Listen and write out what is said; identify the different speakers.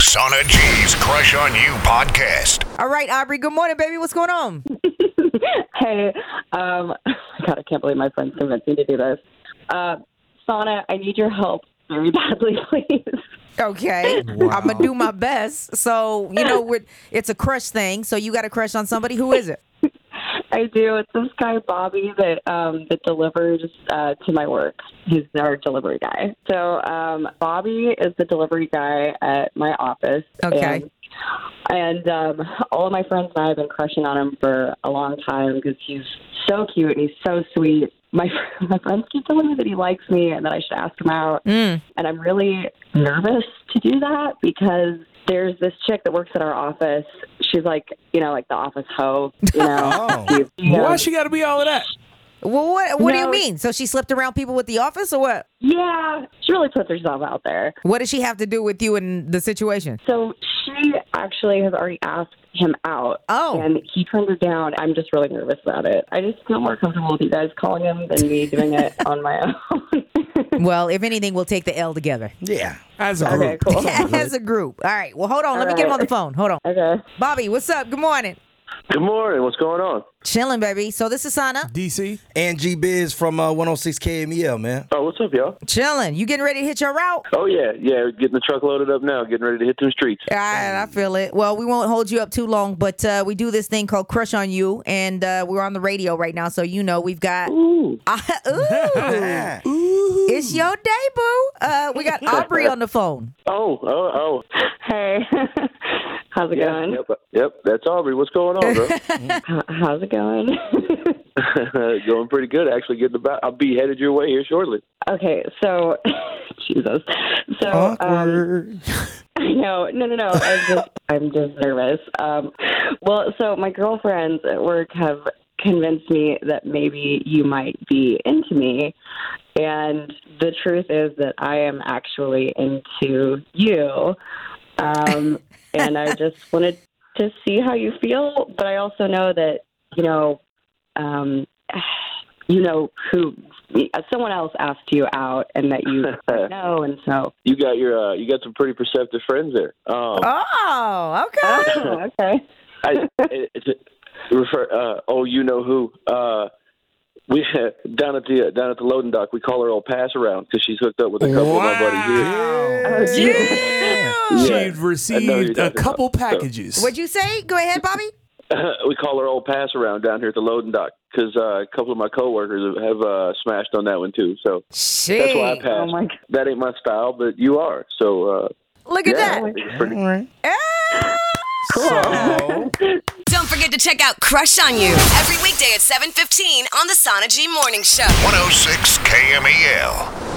Speaker 1: Sana G's Crush on You podcast.
Speaker 2: All right, Aubrey. Good morning, baby. What's going on?
Speaker 3: hey, um, God, I can't believe my friends convinced me to do this. Uh, Sana, I need your help very badly, please.
Speaker 2: Okay, I'm gonna do my best. So you know, we're, it's a crush thing. So you got a crush on somebody? Who is it?
Speaker 3: I do. It's this guy Bobby that um, that delivers uh, to my work. He's our delivery guy. So um, Bobby is the delivery guy at my office.
Speaker 2: Okay.
Speaker 3: And, and um, all of my friends and I have been crushing on him for a long time because he's so cute and he's so sweet. My my friends keep telling me that he likes me and that I should ask him out
Speaker 2: Mm.
Speaker 3: and I'm really nervous to do that because there's this chick that works at our office. She's like, you know, like the office hoe. You know, She's, you know,
Speaker 4: Why she got to be all of that?
Speaker 2: Well, what what do you
Speaker 3: No.
Speaker 2: mean? So she slipped around people with the office, or what?
Speaker 3: yeah, she really puts herself out there.
Speaker 2: What does she have to do with you in the situation?
Speaker 3: So she actually has already asked him out.
Speaker 2: Oh.
Speaker 3: And he turned her down. I'm just really nervous about it. I just feel more comfortable with you guys calling him than me doing it on my own.
Speaker 2: Well, if anything, we'll take the L together
Speaker 4: Yeah, as a
Speaker 3: okay,
Speaker 4: group.
Speaker 3: cool.
Speaker 2: as a group. Oh, All right. Well, hold on. Let me get him on the phone. Hold on,
Speaker 3: okay.
Speaker 2: Bobby. What's up? Good morning.
Speaker 5: Good morning. What's going on?
Speaker 2: Chilling, baby. So this is Sana.
Speaker 4: DC.
Speaker 6: And G Biz from uh, 106 KMEL, man.
Speaker 5: Oh, what's up, y'all?
Speaker 2: Chilling. You getting ready to hit your route?
Speaker 5: Oh yeah, yeah. Getting the truck loaded up now. Getting ready to hit them streets.
Speaker 2: All right, I feel it. Well, we won't hold you up too long, but uh, we do this thing called Crush on You, and uh, we're on the radio right now, so you know we've got.
Speaker 5: Ooh.
Speaker 2: ooh,
Speaker 6: Ah.
Speaker 2: it's your day, boo. Uh, we got Aubrey on the phone.
Speaker 5: Oh, oh, oh.
Speaker 3: Hey, how's it going?
Speaker 5: Yep, yep. That's Aubrey. What's going on, bro?
Speaker 3: H- How's it going?
Speaker 5: going pretty good. Actually, getting about. I'll be headed your way here shortly.
Speaker 3: Okay, so Jesus. So um,
Speaker 6: Awkward.
Speaker 3: I know, no, no, no. I'm just, I'm just nervous. Um, well, so my girlfriends at work have convinced me that maybe you might be into me, and the truth is that I am actually into you, um, and I just wanted to see how you feel. But I also know that you know, um, you know who someone else asked you out, and that you know, and so.
Speaker 5: You got your. Uh, you got some pretty perceptive friends there. Um,
Speaker 2: Oh, okay.
Speaker 3: Oh, okay.
Speaker 5: I, it, it's a, refer. Uh, oh, you know who? Uh, we down at the uh, down at the loading dock. We call her old pass around because she's hooked up with a couple of my buddies here.
Speaker 3: Oh,
Speaker 4: Wow.
Speaker 5: Yeah.
Speaker 4: She
Speaker 5: I know you're
Speaker 4: received a
Speaker 5: talking
Speaker 4: couple
Speaker 5: about, so-
Speaker 4: packages.
Speaker 2: What'd you say? Go ahead, Bobby.
Speaker 5: we call her old pass around down here at the loading dock because uh, a couple of my coworkers have uh, smashed on that one too. So that's why I
Speaker 2: Shit.
Speaker 5: passed.
Speaker 3: Oh my God.
Speaker 5: That ain't my style, but you are. So uh,
Speaker 2: Look at
Speaker 5: yeah,
Speaker 2: that.
Speaker 5: it's pretty- Oh,
Speaker 6: So,
Speaker 7: Don't forget to check out Crush on You
Speaker 1: oh
Speaker 7: every weekday at 7:15 on the Sana G Morning Show.
Speaker 1: E 106 KMEL.